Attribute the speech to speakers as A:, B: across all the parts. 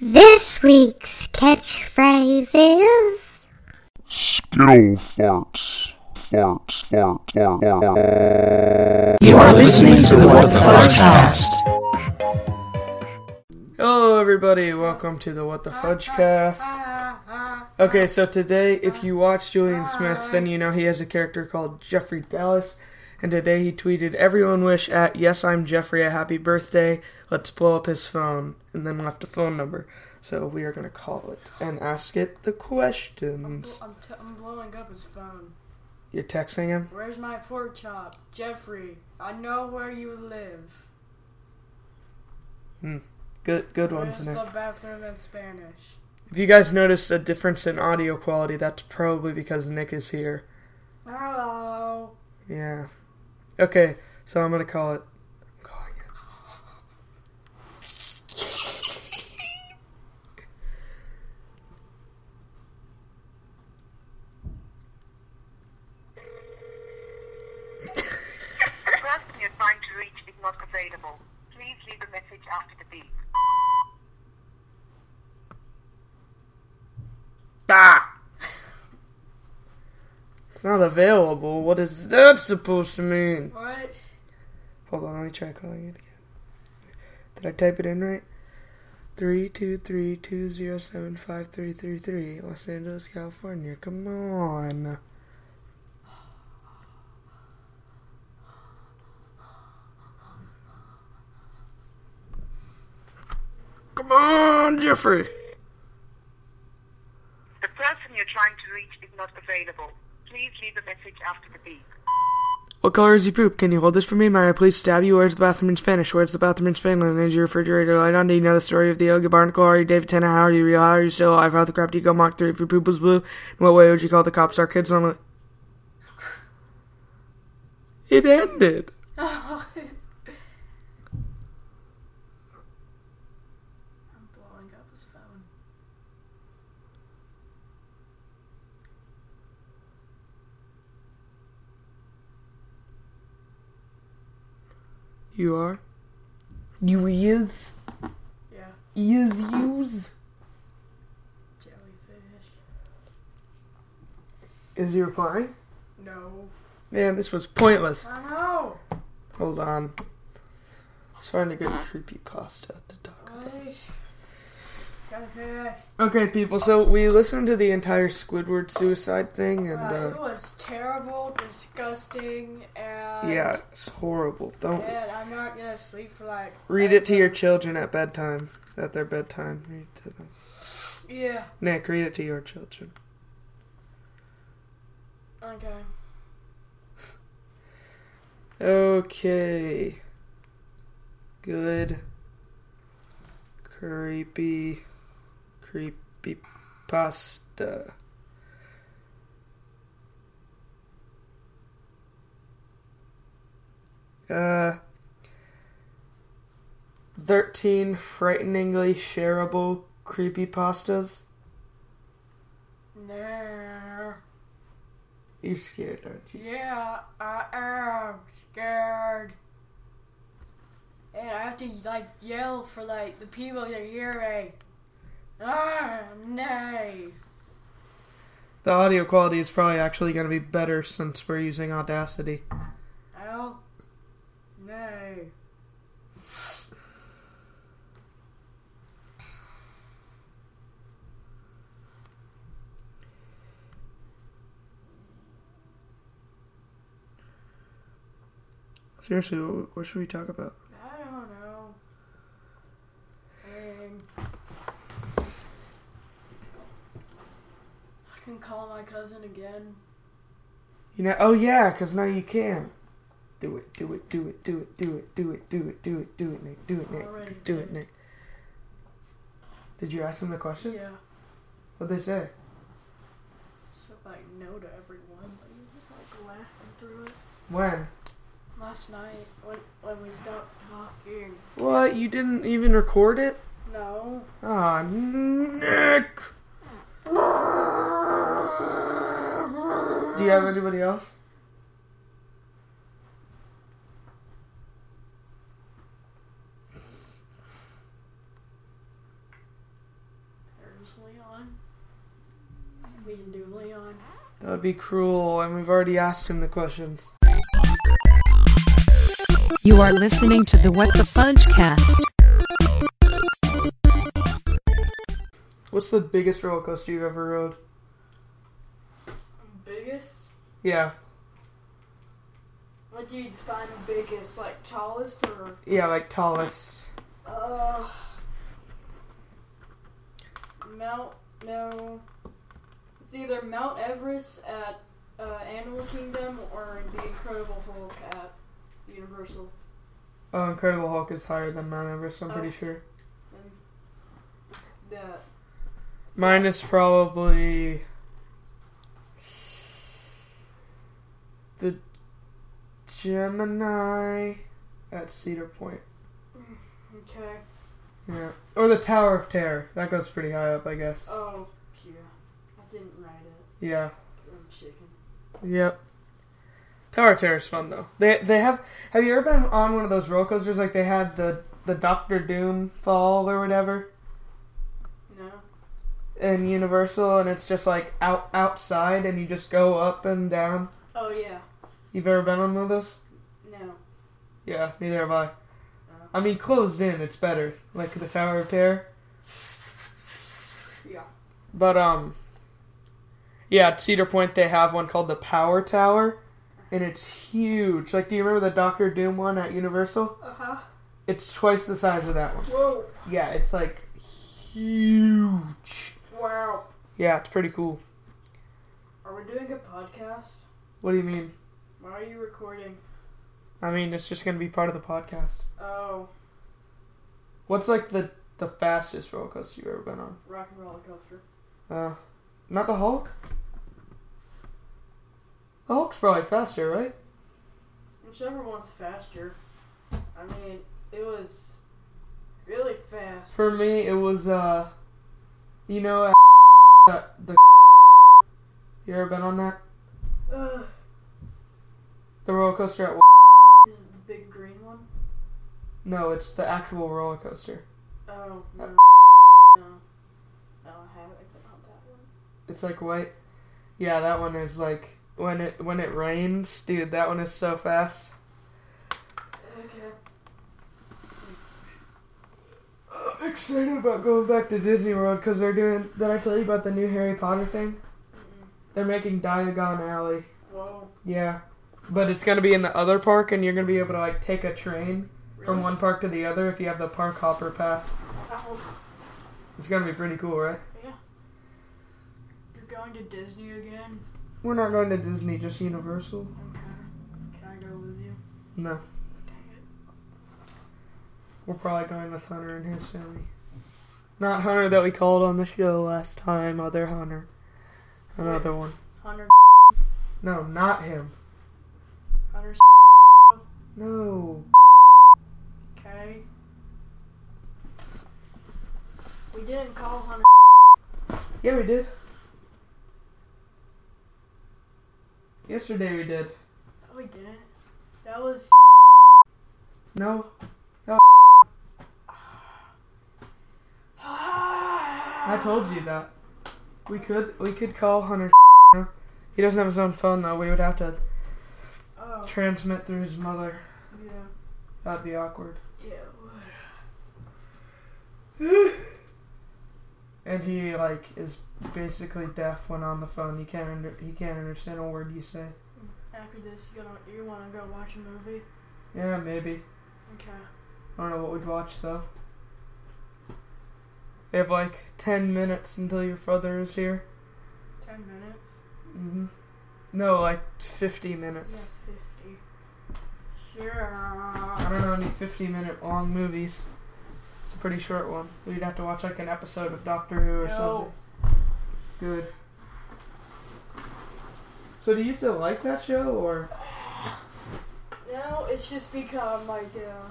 A: This week's catchphrase is
B: Skittle farts. Farts, farts, farts, farts.
C: You are listening to the What the Fudge Cast.
D: Hello, everybody. Welcome to the What the Fudge cast. Okay, so today, if you watch Julian Smith, then you know he has a character called Jeffrey Dallas. And today he tweeted, Everyone wish at Yes, I'm Jeffrey a happy birthday. Let's blow up his phone. And then left a phone number. So we are going to call it and ask it the questions.
E: I'm, t- I'm blowing up his phone.
D: You're texting him?
E: Where's my pork chop? Jeffrey, I know where you live.
D: Good, good ones,
E: Where's
D: Nick.
E: the bathroom in Spanish?
D: If you guys noticed a difference in audio quality, that's probably because Nick is here.
E: Hello.
D: Yeah. Okay, so I'm gonna call it. I'm calling it.
F: The person you're trying to reach is not available. Please leave a message after the beep.
D: Ah! It's not available. What is that supposed to mean?
E: What?
D: Hold on, let me try calling it again. Did I type it in right? Three two three two zero seven five three three three, Los Angeles, California. Come on. Come on, Jeffrey.
F: The person you're trying to reach is not available. Please leave a message after the beep.
D: What color is your poop? Can you hold this for me? May I please stab you? Where's the bathroom in Spanish? Where's the bathroom in Spanish? Is your refrigerator light on? Do you know the story of the Yogi Barnacle? Are you David Tennant? How are you real? How are you still alive? How the crap do you go Mach 3 if your poop was blue? In what way would you call the cops? Our kids normally. It ended.
E: I'm blowing up his phone.
D: You are? You is?
E: Yeah,
D: Is yous?
E: jellyfish.
D: Is he replying?
E: No.
D: Man, this was pointless.
E: I know.
D: Hold on. Let's find a good creepy pasta to talk about.
E: What? Jellyfish.
D: Okay, people. So we listened to the entire Squidward suicide thing, and
E: Uh,
D: uh,
E: it was terrible, disgusting, and
D: yeah, it's horrible. Don't
E: And I'm not gonna sleep for like.
D: read it to your children at bedtime. At their bedtime, read it to them.
E: Yeah.
D: Nick, read it to your children.
E: Okay.
D: Okay. Good. Creepy. Creepy pasta. Uh. 13 frighteningly shareable creepy pastas.
E: No.
D: You're scared, aren't you?
E: Yeah, I am scared. And I have to like yell for like the people to hear me. Ah, nay.
D: The audio quality is probably actually going to be better since we're using Audacity.
E: Oh, nay.
D: Seriously, what, what should we talk about?
E: I don't know. Um, I can call my cousin again.
D: You know, oh yeah, 'cause now you can. Do it, do it, do it, do it, do it, do it, do it, do it, do it, Nick, do it,
E: Already
D: Nick, do
E: did
D: it,
E: it.
D: Nick. Did you ask them the questions?
E: Yeah.
D: What'd they say?
E: So like no to everyone. Like, you're just like laughing through it.
D: When?
E: Last night when when we stopped talking.
D: What? You didn't even record it?
E: No.
D: Ah, Nick. Do you have anybody else?
E: There's Leon. We can do Leon.
D: That would be cruel, and we've already asked him the questions.
G: You are listening to the What the Fudge cast.
D: What's the biggest roller coaster you've ever rode?
E: Biggest?
D: Yeah,
E: What do you define biggest? Like tallest or
D: yeah, like tallest.
E: uh Mount no. It's either Mount Everest at uh, Animal Kingdom or the Incredible Hulk at Universal.
D: Oh, Incredible Hulk is higher than Mount Everest. I'm pretty
E: Oh.
D: sure.
E: That
D: Mine is probably the Gemini at Cedar Point.
E: okay.
D: Yeah, or the Tower of Terror. That goes pretty high up, I guess.
E: Oh yeah. I didn't write it.
D: Yeah.
E: 'cause I'm chicken.
D: Yep. Tower of Terror is fun though. They they have. Have you ever been on one of those roller coasters like they had the the Doctor Doom fall or whatever
E: No.
D: in Universal, and it's just like out outside, and you just go up and down.
E: Oh yeah.
D: You've ever been on one of those?
E: No.
D: Yeah, neither have I. I mean, closed in, it's better. Like the Tower of Terror.
E: Yeah.
D: But um yeah, at Cedar Point they have one called the Power Tower and it's huge. Like do you remember the Doctor Doom one at Universal?
E: Uh huh.
D: It's twice the size of that one.
E: Whoa.
D: Yeah, it's like huge.
E: Wow.
D: Yeah, it's pretty cool.
E: Are we doing a podcast?
D: What do you mean?
E: Why are you recording?
D: I mean, it's just going to be part of the podcast.
E: Oh,
D: What's like the the fastest roller coaster you've ever been on?
E: rock and roller coaster.
D: Uh not the Hulk? The Hulk's probably faster, right?
E: Whichever one's faster. I mean, it was really fast.
D: For me, it was uh, you know, that the you ever been on that
E: Ugh.
D: the roller coaster at
E: Is it the big green one?
D: no, it's the actual roller coaster.
E: Oh no. No. No, I haven't been on that one.
D: It's like white. Yeah, that one is like when it when it rains, dude. That one is so fast.
E: Okay.
D: I'm excited about going back to Disney World because they're doing. Did I tell you about the new Harry Potter thing? They're making Diagon Alley.
E: Whoa.
D: Yeah, but it's gonna be in the other park, and you're gonna be able to like take a train from
E: Really?
D: one park to the other if you have the park hopper pass.
E: Ow.
D: It's gonna be pretty cool, right?
E: You're going to Disney again?
D: We're not going to Disney, just Universal.
E: Okay. Can I go with you?
D: No,
E: Dang
D: we're probably going with Hunter and his family. Not Hunter that we called on the show last time, other Hunter. Another one.
E: it. Hunter.
D: No, not him.
E: Hunter.
D: No.
E: Okay. We didn't call Hunter.
D: Yeah, we did. Yesterday we did.
E: No, Oh, we didn't. That was.
D: No. I
E: I
D: told you that. We could we could call Hunter. now. He doesn't have his own phone though. We would have to
E: Oh,
D: transmit through his mother.
E: yeah.
D: That'd be awkward.
E: Yeah.
D: And he like is basically deaf when on the phone. He can't under- he can't understand a word you say.
E: After this, you, gonna, you wanna go watch a movie?
D: Yeah, maybe.
E: Okay.
D: I don't know what we'd watch though. We have like ten minutes until your father is here.
E: Ten minutes?
D: hmm No, like fifty
E: Yeah,
D: minutes.
E: 50. Sure.
D: I don't know any fifty-minute long movies. It's a pretty short one. We'd have to watch like an episode of Doctor Who or
E: No.
D: something. Good. So, do you still like that show, or
E: Now it's just become like a uh,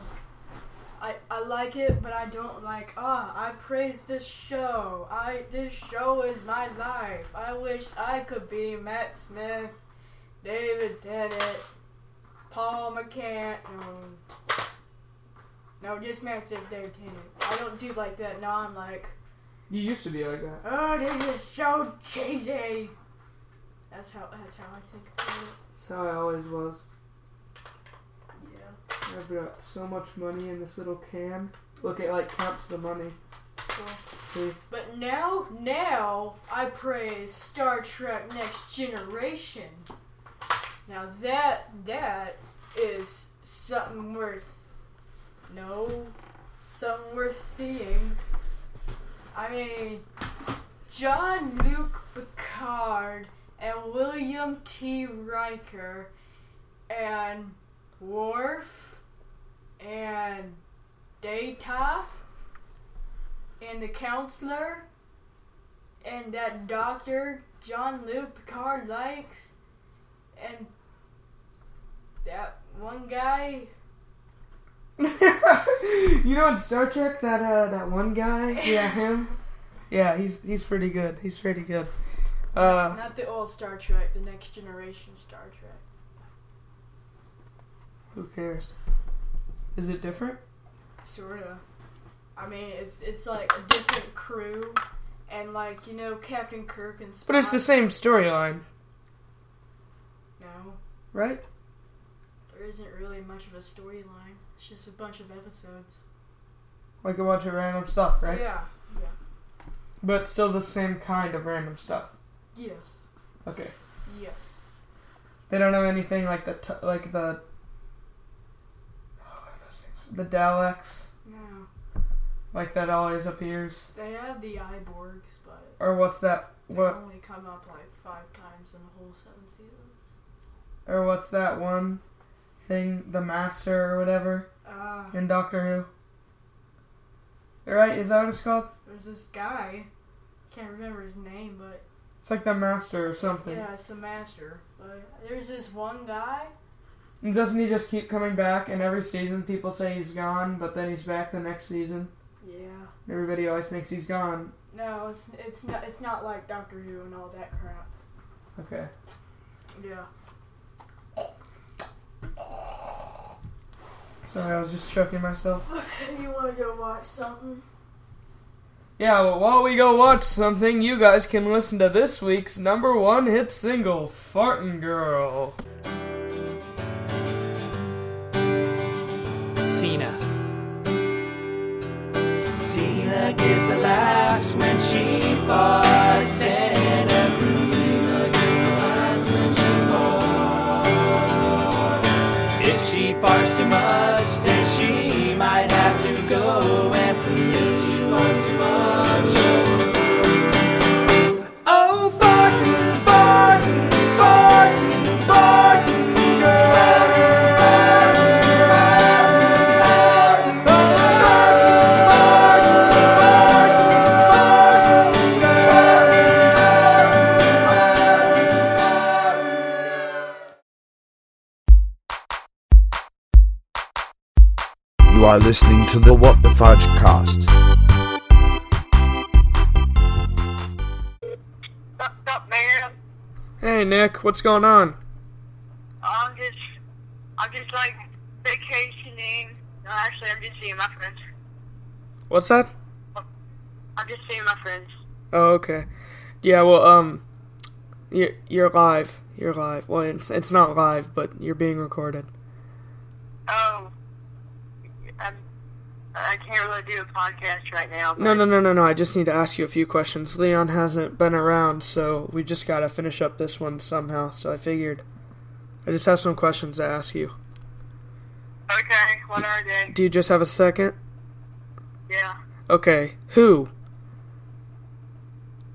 E: I, I like it, but I don't like. Ah, I praise this show. I this show is my life. I wish I could be Matt Smith, David Tennant, Paul McCann. No, no, just Matt Smith, David Tennant. I don't do like that. Now I'm like,
D: You used to be like that.
E: oh, this is so cheesy. That's how that's how I think about it.
D: That's how I always was.
E: Yeah.
D: I've got so much money in this little can. Look, it like counts the money. See?
E: But now, now I praise Star Trek: Next Generation. Now that that is something worth no, something worth seeing. I mean, John Luke Picard and William T. Riker and Worf and Data and the counselor and that doctor John Luke Picard likes and that one guy
D: you know in Star Trek that uh, that one guy? Yeah, him. Yeah, he's he's pretty good. He's pretty good. Uh,
E: not the old Star Trek, the next generation Star Trek.
D: who cares? Is it different?
E: Sorta. I mean it's it's like a different crew and like you know Captain Kirk and Spock.
D: But it's the same storyline,
E: No.
D: right?
E: There isn't really much of a storyline. It's just a bunch of episodes.
D: Like a bunch of random stuff, right?
E: Yeah.
D: But still the same kind of random stuff.
E: Yes.
D: Okay.
E: Yes.
D: They don't know anything like the t- like the oh, what are those things? the Daleks
E: No.
D: like that always appears
E: They have the Iborgs, but
D: or what's that
E: They
D: what
E: only come up like five times in the whole seven seasons.
D: or what's that one thing the Master or whatever
E: Ah,
D: in Doctor Who. Right? Is that what it's called?
E: there's this guy. Can't remember his name, but
D: It's like the Master or something.
E: yeah, it's the master. But there's this one guy.
D: And Doesn't he just keep coming back? And every season people say he's gone, but then he's back the next season.
E: Yeah.
D: Everybody always thinks he's gone.
E: No, it's it's not it's not like Doctor Who and all that crap.
D: Okay.
E: Yeah.
D: Sorry, I was just choking myself.
E: Okay, you wanna go watch something?
D: Yeah, well, while we go watch something, you guys can listen to this week's number one hit single, Fartin' Girl.
H: Tina. Tina gives the laughs when she farts, and every Tina gives the laughs when she farts. If she farts too much, then she might have to go and if she farts too much. Oh, fartin', fartin', fartin', fartin', girl.
I: You are listening to the What the Fudge cast.
F: What's up, man?
D: Hey, Nick, what's going on?
F: I'm just, I'm just like vacationing. No, actually, I'm just seeing my friends.
D: What's that?
F: I'm just seeing my friends.
D: Oh, okay. Yeah, well, um, you're, you're live. You're live. Well, it's, it's not live, but you're being recorded.
F: Oh, I'm, I can't really do a podcast right now. But
D: No, no, no, no, no. I just need to ask you a few questions. Leon hasn't been around, so we just gotta finish up this one somehow, so I figured. I just have some questions to ask you.
F: Okay, what are they?
D: Do you just have a second?
F: Yeah,
D: Okay. Who?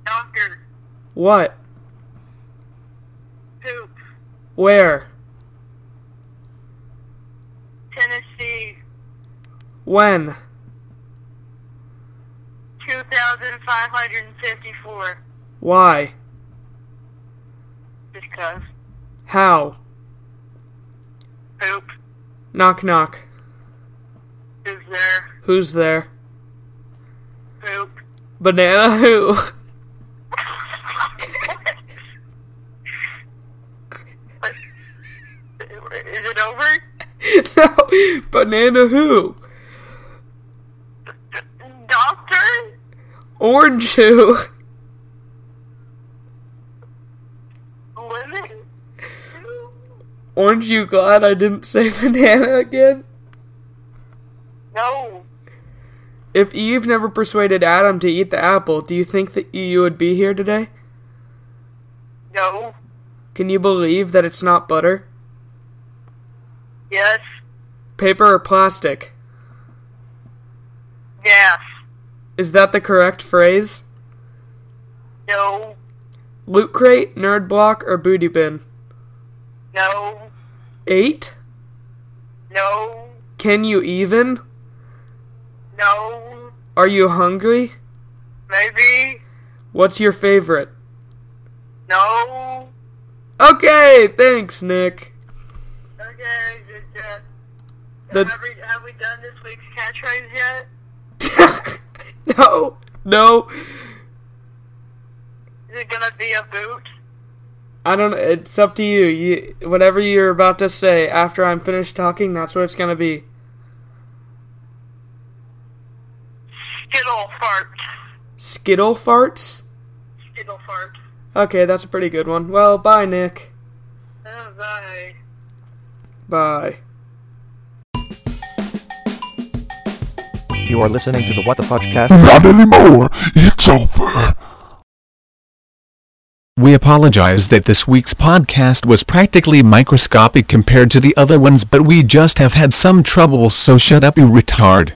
F: Doctor
D: What?
F: Poop,
D: Where?
F: Tennessee,
D: When?
F: two thousand five hundred and fifty-four.
D: Why?
F: Just cause
D: How?
F: poop.
D: Knock knock.
F: Who's there?
D: Who's there?
F: Poop.
D: Banana who?
F: Is it over?
D: no, banana who?
F: Doctor?
D: Orange who?
F: Lemon?
D: Orange, you glad I didn't say banana again?
F: No.
D: If Eve never persuaded Adam to eat the apple, do you think that you would be here today?
F: No.
D: Can you believe that it's not butter?
F: Yes.
D: Paper or plastic?
F: Yes.
D: Is that the correct phrase?
F: No.
D: Loot crate, nerd block, or booty bin?
F: No.
D: Eight?
F: No.
D: Can you even?
F: No.
D: Are you hungry?
F: Maybe.
D: What's your favorite?
F: No.
D: Okay, thanks, Nick.
F: Okay. Did, uh,
D: The-
F: have, we, have we done this week's catchphrase yet?
D: no, no,
F: Is it gonna be a boot?
D: I don't. It's up to you. You, whatever you're about to say after I'm finished talking, that's what it's gonna be.
F: Skittle fart.
D: Skittle farts.
F: Skittle fart.
D: Okay, that's a pretty good one. Well, bye, Nick.
F: Oh, bye.
D: Bye.
J: You are listening to the What the Fudgecast.
B: Not anymore. It's over.
K: We apologize that this week's podcast was practically microscopic compared to the other ones, but we just have had some trouble, so shut up, you retard.